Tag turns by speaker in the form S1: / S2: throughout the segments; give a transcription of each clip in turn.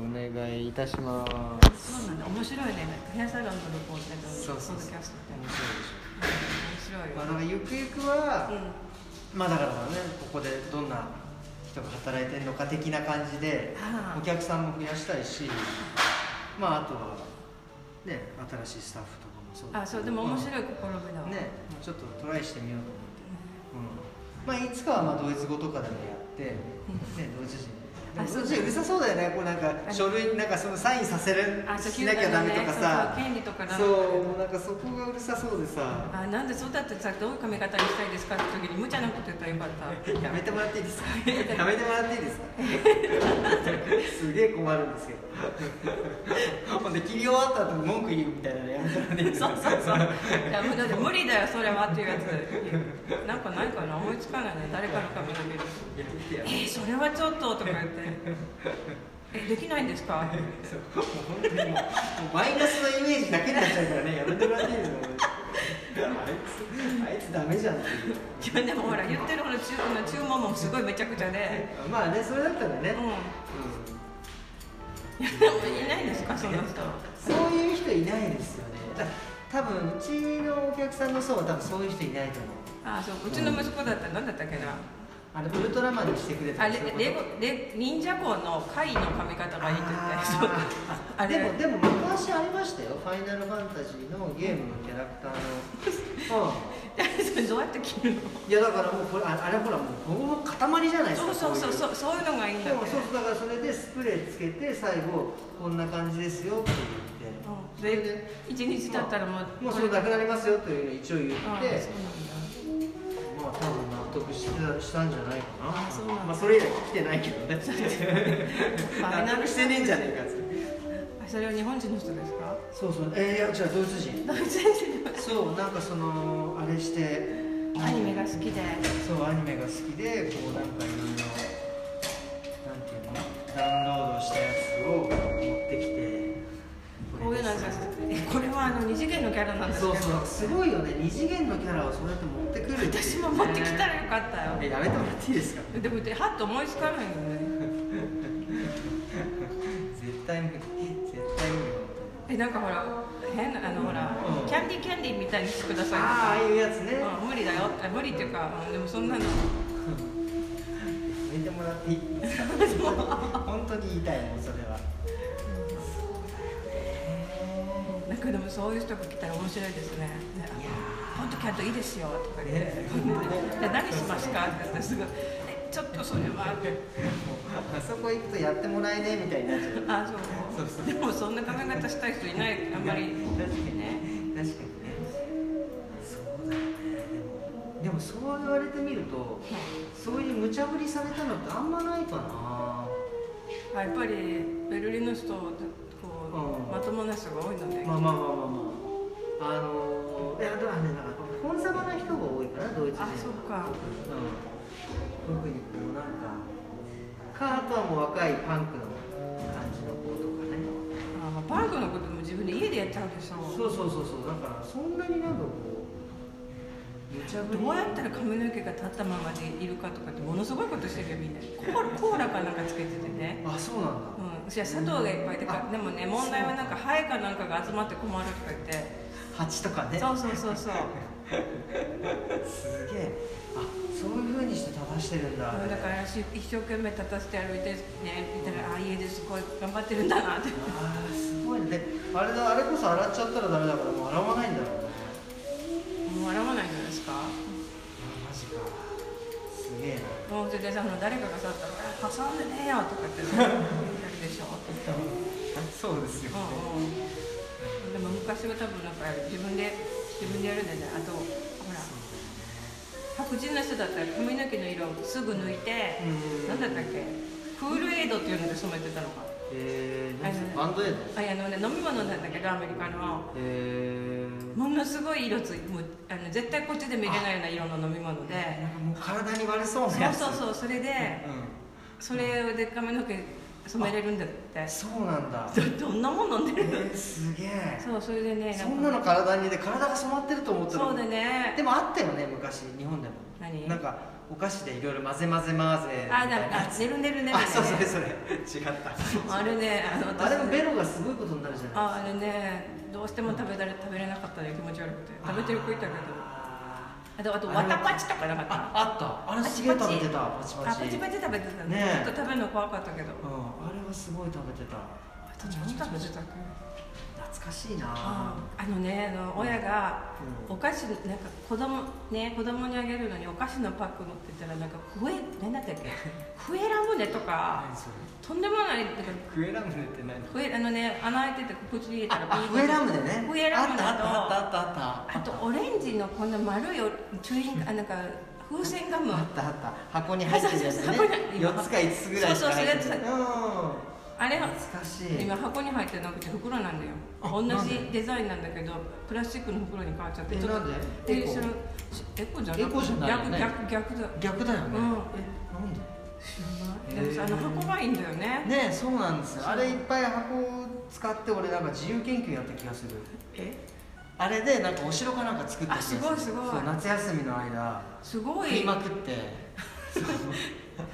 S1: お願いいたしま
S2: そう
S1: す
S2: なんだ面白いねなんかヘアサロンとのこうなんか
S1: そうそうそう
S2: ポッドキャストみたい
S1: 面
S2: な
S1: 白いでし
S2: 面白い
S1: ょま
S2: よ、
S1: あなんかゆくゆくは、
S2: う
S1: まあだからねここでどんな人が働いてるのか的な感じで
S2: あー
S1: お客さんも増やしたいしまああとはね新しいスタッフとかもそうだ
S2: ん、あそうでも面白い試みだわ、
S1: ねちょっとトライしてみようと思って、うんまあいつかはまあドイツ語とかでもやって、ね、ドイツ人で
S2: あ
S1: も
S2: そう
S1: ドイツ人うるさそうだよねこうなんか
S2: あ
S1: 書類になんかそのサインさせる
S2: あそう
S1: しなきゃダメとかさ
S2: そうそう権利とかなん
S1: そ
S2: と
S1: う
S2: か
S1: もうなんかそこがうるさそうでさ
S2: あなんでそうだってさどういう髪型にしたいですかって時に無茶なこと言ったらよかった
S1: やめてもらっていい ですかやめてもらっていい ですかすげえ困るんですけどほんで切り終わった後文句言うみたいなのやめてもらっていいです
S2: そ
S1: か
S2: うそう そういや無駄で無理だよそれはっていうやつなんかないかな思いつかないね誰かの髪の毛で
S1: やめて
S2: 「え
S1: や
S2: ー、それはちょっと」とか言って「えできないんですか?」
S1: もう本当にもうマイナスのイメージだけになっちゃうからねやめてもらっていいですかあいつあいつダメじゃんっていう
S2: いやでもほら言ってるほら注注文もすごいめちゃくちゃで
S1: まあねそれだったらね、
S2: うん
S1: う
S2: いやでもいないんですかそんな人
S1: んそういう人いないですよねだ多分うちのお客さんの層は多分そういう人いないと思う
S2: あそううちの息子だったら何だったっけな
S1: あれウルトラマンにしてくれた
S2: あ
S1: り
S2: れ
S1: すること
S2: レゴレ忍者校の貝の髪型がいいって言ってそう
S1: あー
S2: あれ
S1: でもでも昔ありましたよ「ファイナルファンタジー」のゲームのキャラクターの、う
S2: それどうやって着るの
S1: ん、いやだからもうこれああれほらもうほぼ塊じゃないです
S2: そ
S1: か
S2: うそうそう
S1: こ
S2: そうそういうのがいいん
S1: いで
S2: だって
S1: もそうだからそれでスプレーつけて最後こんな感じですよって言って、
S2: うんで一日経ったらもう
S1: もうそれな
S2: け
S1: くなりますよというのを一応言って
S2: あ
S1: ま
S2: そうなん
S1: あ多分納得してしたんじゃないかな
S2: あそうなんだ
S1: まあそれ以来来てないけどね 納得してねえんじゃねえかっつって
S2: だあそれは日本人の人ですか
S1: そうそうえー、いや違うドイツ人
S2: ドイツ人の
S1: そうなんかそのあれして
S2: アニメが好きで
S1: そうアニメが好きでこうなんかいろいろなんていうのダウンロードしたやつを持ってきて
S2: こういうのは
S1: です
S2: えこれはあの二次元のキャラなんですけ
S1: そ
S2: ど
S1: うそうすごいよね二次元のキャラをそうやって持ってくるっていう
S2: 私も持ってきたらよかったよ
S1: えやめてもらっていいですか
S2: でもではっと思いつかないよね
S1: 絶対無理絶対無理
S2: えなんかほら変なあのほら、
S1: うん
S2: キャンディーキャンディーみたいにしてください
S1: ああああいうやつねや
S2: うん無理だよあ無理っていうか、うんでもそんなの
S1: めてもらっていいですか本当に言いたいもんそれは
S2: なんかでもそういう人が来たら面白いですねね
S1: いや
S2: 本当キャンドいいですよとか言って
S1: ね
S2: 「で何しますか?」って言ったらすぐ「えちょっとそれは」って
S1: ーあそこ行くとやってもらえねえみたいになっちゃう
S2: 「あそうでもそんな髪型したい人いないあんまり
S1: 確かにね確かにねそうだよねでもでもそう言われてみるとそういう無茶ぶりされたのってあんまないかな
S2: あやっぱりベルリンの人ってこ
S1: うん
S2: うまともな人が多いので、
S1: まあまあまあまあまああのーいやだからねなんかコンサバな人が多いかなドイツ人は
S2: あそっ
S1: う
S2: か
S1: ん、特にこうなんかカートはもう若いパンクの感じの子とかね
S2: あまあパンクのことも自分で家でやっちゃうでし
S1: そ
S2: ょ
S1: うそうそうそうだからそんなになんかこう無茶ぶり
S2: どうやったら髪の毛が立ったままでいるかとかってものすごいことしてるよみんなコーラコーラかなんかつけててね
S1: あそうなんだ
S2: うん、いや砂糖がいっぱいでか
S1: あ
S2: でもね問題はなんかハエかなんかが集まって困るとか言って
S1: 蜂とかね
S2: そうそうそうそう
S1: すげえあそういう風にして正してるんだあれ
S2: だからし一生懸命立たせて歩いてね見たらああ家ですごい頑張ってるんだなって
S1: あーすごいねであれだあれこそ洗っちゃったらダメだからもう洗わないんだろうね
S2: もう笑わないじゃないですか
S1: あマジかすげえな
S2: もうそれでさあの誰かがさ「挟んでねえよ」とかって言るでしょ、
S1: そうですよね
S2: うんうん、でも昔は多分なんか自分で自分でやるんだよねあとほら白人の人だったら髪の毛の色をすぐ抜いて
S1: うん
S2: 何だったっけクールエイドっていうので染めてたのか
S1: えー、
S2: あ
S1: なん
S2: れだ
S1: か
S2: ね
S1: バンドエイド
S2: あいやあのね飲み物なんだけどアメリカの
S1: えー、
S2: ものすごい色ついてもうあの絶対こっちで見れないような色の飲み物で
S1: なんかもう体に悪そうな
S2: そ
S1: や
S2: う
S1: つ
S2: そう
S1: う、
S2: そうそれでそれで髪の毛染めれるんだって
S1: ん、そうなんだ
S2: どどんなもん飲んで
S1: え
S2: るの
S1: ー、すげえ
S2: そうそれでね
S1: そんなの体にで体が染まってると思った
S2: そうで
S1: ね
S2: ね
S1: でもあったよね昔日本でも
S2: 何
S1: なんかお菓子でいろいろ混ぜ混ぜ混ぜみた
S2: あー
S1: いな
S2: だめ
S1: や
S2: あ
S1: つ
S2: 寝る寝る寝る寝る
S1: あそうそれそれ違った
S2: あれねあの
S1: あれもベ
S2: ロ
S1: ロがすごいことになるじゃない
S2: ああれねどうしても食べられ食べれなかったね気持ち悪くて食べてる子いたけど
S1: あ
S2: あとあと
S1: あ
S2: わ
S1: れ
S2: たパチとかなか
S1: ー
S2: った
S1: ああったあれすげえ食べてたパチパチ
S2: あパチパチ食べてたね
S1: ねえ
S2: ちょっと食べるの怖かったけど
S1: うんあれはすごい食べてた
S2: あと何食べてたっけ
S1: 懐かしいな
S2: ああのねあの親が
S1: うん
S2: お菓子なんか子供ね子供にあげるのにお菓子のパック持ってたらなんかクエ何だったっ けクエラムネとか
S1: 何それ
S2: とんでもないなんか
S1: クエラムネって何
S2: クエあのね穴開いてて口入れたら
S1: あ
S2: ピ
S1: クエ
S2: ー
S1: ラムネね
S2: クエラムネと
S1: あったあったあったあった
S2: あとオレンジのこんな丸いおチューイングあなんか風船ガム
S1: あったあった箱に入ってるやつ
S2: そう
S1: ね
S2: そうそう箱に
S1: 四つか五つぐらいしか入ってない
S2: そうそうそうあれ
S1: うん懐かしい
S2: 今箱に入ってなくて袋なんだよ
S1: あ
S2: 同
S1: なんで
S2: じデザインなんだけどプラスチックの袋に変わっちゃって
S1: え
S2: ちょっ
S1: なんで
S2: と
S1: エコ
S2: えそのしエコじゃなく
S1: エコじゃないよね
S2: 逆逆逆だ
S1: 逆だよね、
S2: うん
S1: えなんで
S2: 知らないでもさあの
S1: へー
S2: 箱がいいんだよね
S1: ねえそうなんですよあれいっぱい箱を使って俺なんか自由研究やった気がする
S2: え
S1: あれでなんかお城かなんか作った気がる
S2: あすごいすごい
S1: そう夏休みの間
S2: すご
S1: 食い
S2: い
S1: まく ってそう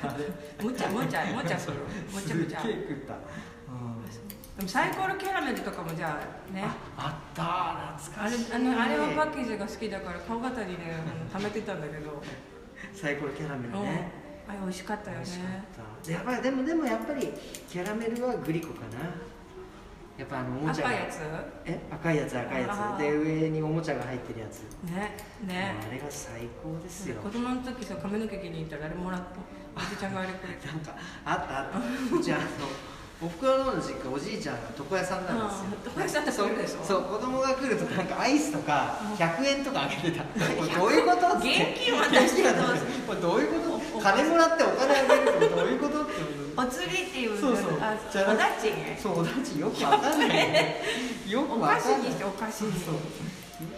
S1: あれ
S2: むちゃむちゃむちゃするむちゃむちゃ
S1: すっげえ食った、うん、
S2: でもサイコロキャラメルとかもじゃあね
S1: ああった懐か
S2: あれ
S1: しい
S2: あのあれはパッケージが好きだから顔型にねあの貯めてたんだけど、
S1: サイコロキャラメル
S2: うん
S1: ね、
S2: あれ美味しかった
S1: 美
S2: よね
S1: 味しかったやばいでもでもやっぱりキャラメルはグリコかなやっぱあのおもちゃが
S2: 赤いやつ
S1: え赤いやつ赤いや
S2: あー
S1: つで上におもちゃが入ってるやつ
S2: ねね
S1: もうあれが最高ですよ
S2: 子供の時さ髪の毛気に入ったらあれもらったおじちゃんがあれくれて
S1: なんかあったあったうちあのおふくろの方の実家おじいちゃんが床屋さんなんですよ
S2: うん床屋さんってそういうでしょ
S1: そう子供が来るとなんかアイスとか
S2: うん
S1: 100円とかあげてたこれどういうことって
S2: 現金渡して
S1: 現金渡してこれどういうこと
S2: お
S1: 金もらってお金あげるってどういうことって
S2: お釣りっていう
S1: そうそう
S2: あお
S1: じゃな
S2: だち
S1: そうおだちよくわかんないねよく
S2: お
S1: わかんな
S2: 菓
S1: い
S2: 子にしてお菓子に
S1: そうよ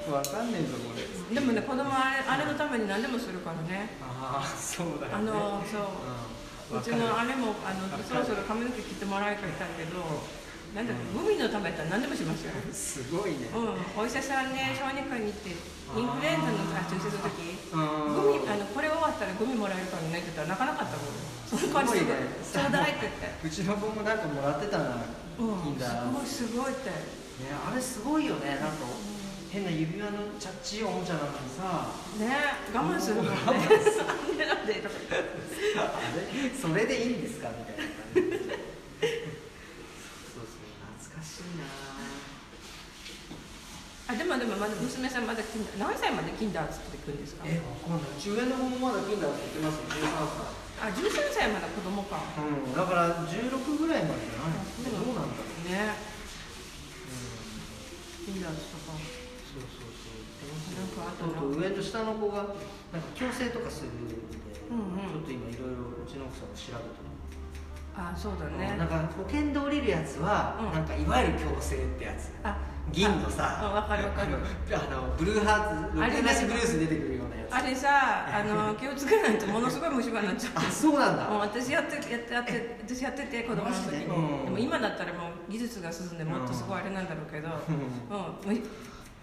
S1: くわかんねえぞこれ
S2: でもね子供はあれあれのために何でもするからね
S1: ああそうだよね
S2: あのそううんうちの
S1: わか
S2: あれもあの
S1: わかる
S2: そろそろ髪の毛切ってもらえかいたけどなんだっけ海のためだったら何でもしますよ
S1: るすごいね
S2: うんお医者さんね小児科に行ってインフルエンザのあ注射する時
S1: うん
S2: グミあのこれ終わったらグミもらえるからねって言ったらなかなかったもんその感
S1: す
S2: じで
S1: ごいね
S2: 「ちょうだい」って言っ
S1: う
S2: て。
S1: ちの子もなんかもらってたな、いいんだね
S2: うん、すごいすごいって、
S1: あれすごいよねなんか変な指輪のチャッチいおもちゃなのにさ
S2: ね我慢するもんね
S1: 我
S2: なん
S1: 慢
S2: でなんでとか
S1: あれそれでいいんですかみたいな感じそうそう懐かしいな
S2: あでもでもまだ娘さんまだキンダー何歳までキンダー作ってくんですか
S1: えわかんないうち上の子もまだ来んだって言ってますよ13
S2: あ十13歳まだ子供か
S1: 歳うんだから16ぐらいまでじゃない
S2: で
S1: ど
S2: も
S1: うなんだろう、
S2: ね
S1: うん
S2: キンダーズとか
S1: そうそうそう
S2: なんかあと
S1: あと上と下の子がなんか矯正とかするんで、
S2: うんうん
S1: ちょっと今いろいろうちの奥さんも調べてる
S2: あそうだ
S1: な
S2: ね
S1: んか保険で降りるやつは、
S2: うん
S1: なんかいわゆる強制ってやつ
S2: あ
S1: 銀のさ
S2: あわかるわかる
S1: あのブルーハーツ
S2: あ
S1: ロ
S2: れ
S1: ケなしブルースに出てくるようなやつ
S2: あれさあの気をつけないとものすごい虫歯になっちゃ
S1: あそうなん
S2: うもう
S1: だ
S2: 私やってやってやって私やってて子供の
S1: マジ
S2: 時に、
S1: でうん
S2: でも今だったらもう技術が進んでもっとすごいあれなんだろうけ ど、
S1: うん
S2: うん、む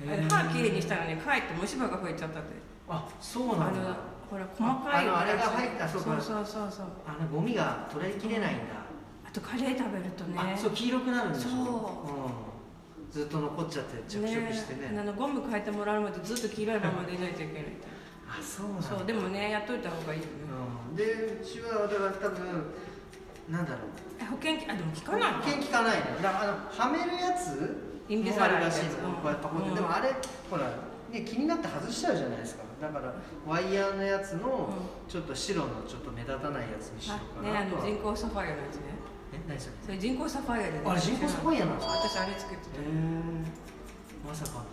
S1: へー
S2: 歯きれいにしたのにかえって虫歯が増えちゃったって
S1: あそうな
S2: あの
S1: んだ
S2: ほら細かい
S1: あのあれが入った
S2: そ
S1: そうう
S2: そう
S1: か
S2: そうそうそう
S1: あのゴミが取りきれないんだ、
S2: あとカレー食べるとね
S1: あそう黄色くなるんでしょ
S2: そう
S1: うん、ずっと残っちゃって着色してね
S2: あのゴム変えてもらうまでずっと黄色いままでいないといけないって
S1: あそうなんだ
S2: そうでもねやっといた方がいいよね
S1: うん、でうちはだから多分なんだろう
S2: え保険金あでも効かないの
S1: 保険効かないのだからあのはめるやつ
S2: インビ
S1: も
S2: ザ
S1: あ
S2: ラ
S1: る
S2: イト
S1: らしいの
S2: うん
S1: こうやってこうやってでもあれほらね気になって外しちゃうじゃないですかだからワイヤーのやつの
S2: う
S1: ちょっと白のちょっと目立たないやつにしよう
S2: あ
S1: か
S2: ね
S1: な
S2: あ
S1: と
S2: の
S1: は、
S2: 人工サファイアのやつね
S1: え何それ
S2: それ人工サファイアで、ね、
S1: あれ人工サファイアなんですか
S2: 私あれつけてた
S1: えまさかの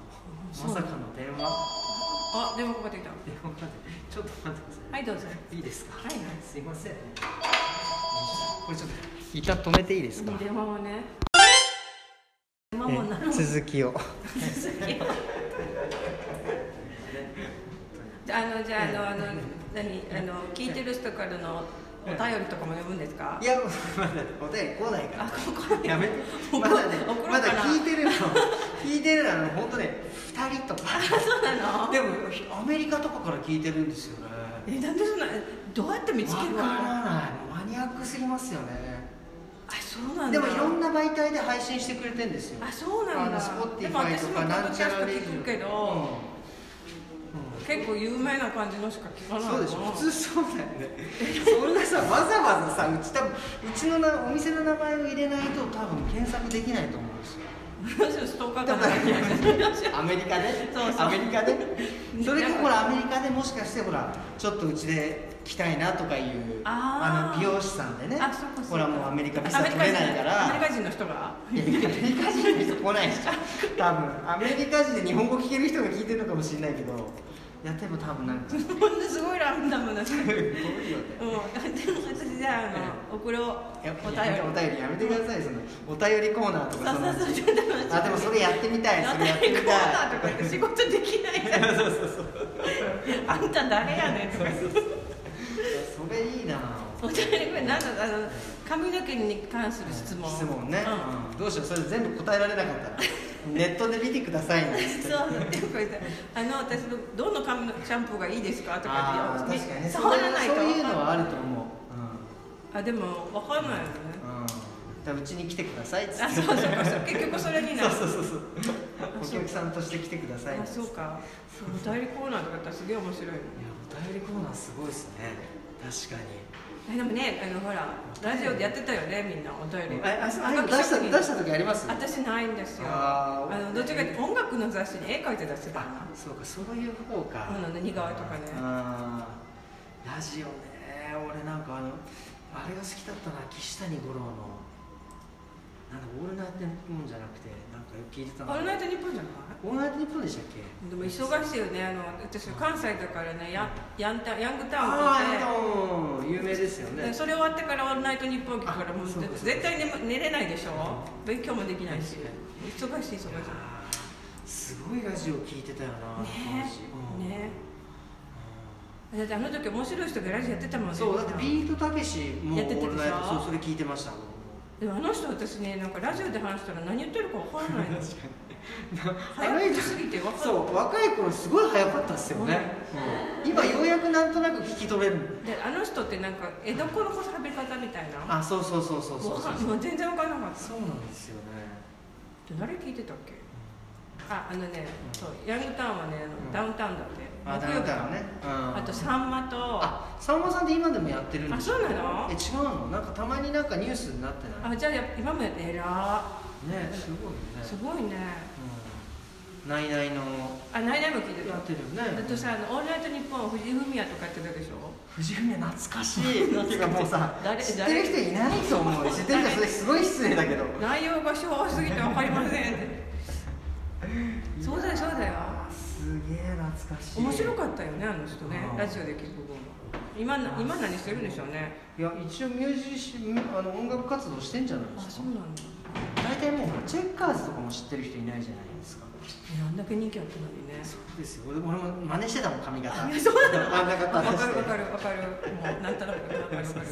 S2: そう
S1: まさかの電話
S2: あ電話かかってきた
S1: 電話かかってちょっと待ってください、
S2: はいどうぞ
S1: い、いですか
S2: はい
S1: すいませんこれちょっと一旦止めていいですか
S2: 電話をね電話もなるもん
S1: え続きを
S2: じゃああのじゃああのあの何あの聞いてる人からのお便りとかも読むんですか
S1: い？やまだお便り来ないから
S2: あここに
S1: やめて
S2: 送ろう
S1: まだね
S2: 送ろうかな
S1: まだ聞いてるの聞いてるのは本当ね2人とか
S2: そうなの？
S1: でもアメリカとかから聞いてるんですよね
S2: えなんでそんなどうやって見つける
S1: 分
S2: の
S1: から
S2: あ
S1: ないもうマニアックすぎますよね
S2: そうなんだ
S1: でもいろんな媒体で配信してくれてんですよ
S2: あそうなんだ
S1: あの Spotify
S2: でも私も
S1: と
S2: ポ
S1: か
S2: ッ
S1: な
S2: ド
S1: ん
S2: キ
S1: ち
S2: ャ
S1: ゃ
S2: ス
S1: ら
S2: ト
S1: レジ
S2: 聞くけど、結構有名な感じのしか聞か
S1: う
S2: なんい
S1: そうでしょ普通そうだよねそんなさわざわざさうち多分うちのなお店の名前を入れないと多分検索できないと思うんですよ
S2: 私ストーカーかな
S1: アメリカで
S2: そうそう
S1: アメリ カでそれかほらアメリカでもしかしてほらちょっとうちで来たいなとかいう
S2: あー
S1: の美容師さんでね
S2: あそうかそうか
S1: ほらもうアメリカビザ取れないから
S2: アメリカ人の人が
S1: いやアメリカ人の人来ないでしょ多分アメリカ人で日本語聞ける人が聞いてるのかもしれないけどやっても多分なんかす
S2: こんなすごいランダムな人
S1: ごいよね
S2: うん、私じゃあ、あの、送ろう。
S1: いや
S2: お
S1: いやお
S2: 便
S1: 便
S2: り。
S1: りやめてくださいそのお便りコーナーとかその
S2: そうそうそうちょっと待って
S1: あ でもそれやってみたい
S2: あ
S1: そ
S2: な
S1: れや
S2: た
S1: っ
S2: に
S1: てみ
S2: コ
S1: たい
S2: ーナーとか言って仕事できないじゃん。
S1: そうそうそう
S2: あんた誰やねんとか言って。
S1: それいいな
S2: お便り、これ、なんだ、あの、髪の毛に関する質問。
S1: 質問ね、
S2: うん
S1: うんどうしようそれ全部答えられなかったらネットで見てくださいね
S2: そうそう、でもこれさあの、私の、どの髪のシャンプーがいいですかと
S1: あ
S2: か
S1: あ
S2: って。
S1: ー確かにね
S2: 触らないと
S1: そ
S2: わ
S1: う
S2: かんない。
S1: いうのはあると思う、
S2: あ、でも、わかんないよね。
S1: うんうん、だからうちに来てくださいっつって
S2: あ、そうそうかそう、結局それになる。
S1: そうそうそう
S2: あそ
S1: そううお客さんとして来てくださいね
S2: あ、そうか。お便りコーナーとかやったら、すげえ面白いよね。
S1: いやお便りコーナーすごいですね確かに
S2: えでもねあのほらラジオでやってたよねみんなお便り
S1: えあそう
S2: 音楽
S1: 出した
S2: 職人
S1: 出した時あります
S2: 私ないんですよ
S1: あ
S2: あ
S1: ー
S2: のどっちかって音楽の雑誌に絵描いて出してた
S1: あ
S2: な
S1: そうかそういう方か
S2: うんうん似顔絵とかね
S1: あーラジオね俺なんかあのあれが好きだったな岸谷五郎のなんだオールナイトニッポンじゃなくてなんかよく聞いてた
S2: オールナイ
S1: ト
S2: トニッポンじゃない
S1: オールナイトニッポンでしたっけ
S2: でも忙しいよねあの私関西だからねヤンヤンタヤングタウン
S1: あ
S2: にいて
S1: ああの有名ですよね
S2: でそれ終わってから「オールナイトニッポン」聞くから
S1: あ
S2: もう
S1: そうかそうか
S2: 絶対寝寝れないでしょ勉強もできないし忙しい忙しい
S1: いやーすごいラジオ聞いてたよな当
S2: ね
S1: 時うん
S2: ねだってあの時面白い人がラジオやってたもん
S1: うん
S2: ね
S1: そうだってビートたけしも
S2: やってたでしょ
S1: オールナイトそうそれ聞いてました
S2: でもあの人私ねなんかラジオで話したら何言ってるかわかんない
S1: あ
S2: の
S1: の
S2: 早口すぎてわかんない
S1: そう若い頃すごい早かったっすよね、うん今ようやくなんとなく聞き取れる
S2: であの人ってなんか江戸っ子の喋り方みたいな
S1: あそうそうそうそうそうそう
S2: わかんもう全然わかんなかった
S1: そうなんですよね
S2: で誰聞いてたっけああのね、
S1: うん
S2: そうヤングタウンはねあの、
S1: うん
S2: ダウンタウンだ
S1: あ
S2: って
S1: ダウンタウンね、うん、
S2: あとさんまとあ
S1: あさんまさんって今でもやってるんです
S2: そうなの
S1: え違うのなんかたまになんかニュースになってない
S2: あじゃあやっぱ今もやってえら
S1: ねすごい
S2: ー
S1: ね
S2: すごいね
S1: うんナイナイの
S2: あないないも聞いて
S1: やってるよ
S2: たあ
S1: ね
S2: とさ「あのオールナイトニッポン」藤井フミヤとかやってたでしょ
S1: 藤文懐か しいていうかもうさ
S2: 誰
S1: 知ってる人いないと思う知ってる人それすごい失礼だけど
S2: 内容が昭和すぎてわかりませんってそうだよそうだよ
S1: すげえ懐かしい
S2: 面白かったよねあの人ね
S1: うん
S2: ラジオで聞く分は今な今何してるんでしょうね
S1: いや一応ミュージシャンあの音楽活動してんじゃないで
S2: あ
S1: す
S2: そ
S1: か
S2: うなんだ
S1: 大体もうチェッカーズとかも知ってる人いないじゃないですか
S2: えあんだけ人気あったのにね
S1: そうですよ俺俺も真似してたもん髪型
S2: あそうな の
S1: 真ん中
S2: わか
S1: から
S2: るわか
S1: して
S2: るわかるもうなんとなくわかるわかる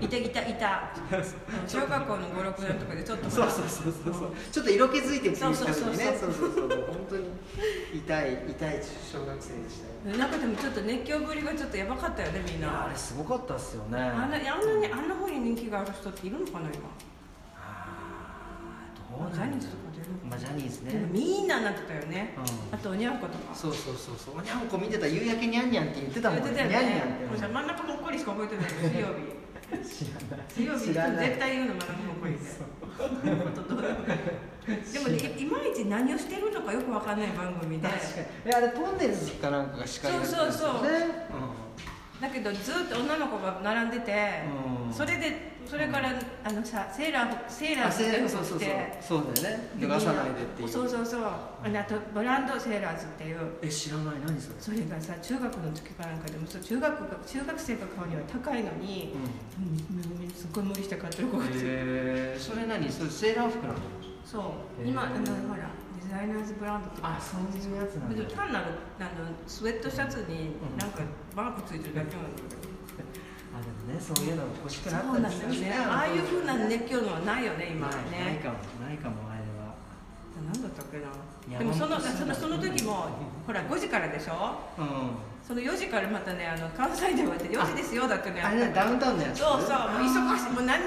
S2: いたいたいたうん小学校の56年とかでちょっとほ
S1: そ
S2: ら
S1: うそうそうそうそうちょっと色気づいてきてる人
S2: そうそうそう
S1: にねそうそうそう本当に痛い痛い小学生でしたよ
S2: うんなんかでもちょっと熱狂ぶりがちょっとやばかったよねみん
S1: いや
S2: な
S1: あれすごかったっすよね
S2: あんなあんなにあんな方に人気がある人っているのかな
S1: あーど
S2: 今
S1: う
S2: ジ
S1: な
S2: ャ
S1: ん
S2: ニー
S1: だ
S2: ズと
S1: ろ
S2: か出るの
S1: うまあジャニーズ
S2: でも
S1: ね
S2: みんなになってたよね、
S1: うん
S2: あとおにゃんことか
S1: そうそうそうそうにゃんこ見てた夕焼けにゃんにゃんって言ってたもん
S2: 言
S1: ね
S2: っ
S1: に
S2: てた
S1: ゃ
S2: よ
S1: んに
S2: ね
S1: ゃんっ
S2: もう
S1: て
S2: さ真ん中のっこりしか覚えてないの水曜
S1: 知らない
S2: 日水曜日
S1: 知らない
S2: 絶対言うの真ん中のっこりで本当どうでもないでもねいまいち何をしてるのかよくわかんない番組で
S1: 確かにいやあれトンネルズかなんかが司会やってたんですよね
S2: そうそうだけどずっと女の子が並んでて、
S1: うん
S2: それでそれから、あのさセーラー
S1: う
S2: セー
S1: ん
S2: ラー
S1: あセーラー
S2: 服
S1: そう
S2: 着
S1: そうそう
S2: て
S1: そうだよね脱がさないでっていう
S2: そうそうそうあのあとブランドセーラーズっていう
S1: え知らない何それ
S2: それがさ中学の時かなんかでもそう中学が中学生が買うには高いのに、うん、すごい無理して買ってる子がいて、
S1: へえそれ何それセーラー服なの
S2: そう
S1: へー
S2: 今あのほらデザイナーズブランドとか
S1: そういうやつ
S2: でも単なるあのスウェットシャツになんかマークついてるだけなんだけど、
S1: あでもねそういうの欲しくな
S2: そう
S1: った
S2: な
S1: り
S2: ん
S1: し
S2: だ
S1: た
S2: よねああいう風な熱狂のはないよね今
S1: 今
S2: は
S1: ない
S2: ね
S1: かもないかもあれは
S2: 何だったっけ
S1: いや
S2: なでもその
S1: 本当
S2: そ
S1: そう
S2: の
S1: だ
S2: その時もほら5時からでしょ
S1: うん
S2: その4時からまたねあの関西ではね4時ですよだってね
S1: あれねダウンタウンのやつ
S2: そうそうもう忙しいもう何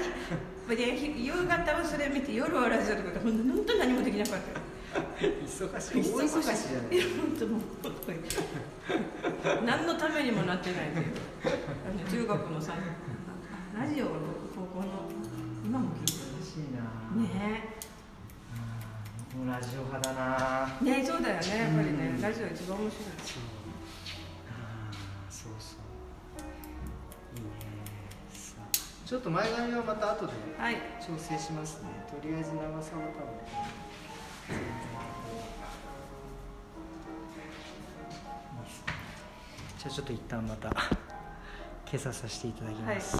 S2: でひ夕方はそれ見て夜はラジオとかでほんと本当に何もできなかったよ
S1: 忙しい大忙しいじゃない
S2: いや本当もう何のためにもなってないというあの中学のさあラジオは高校の今も聞いて
S1: 忙しいな、
S2: るね
S1: うん僕もラジオ派だな
S2: えねえそうだよねやっぱりね
S1: うん
S2: ラジオ一番面白い
S1: そうあーそうそういいねさあちょっと前髪はまた後で
S2: はい
S1: 調整しますねとりあえず長さは多分 じゃあちょっと一旦また消ささせていただきます、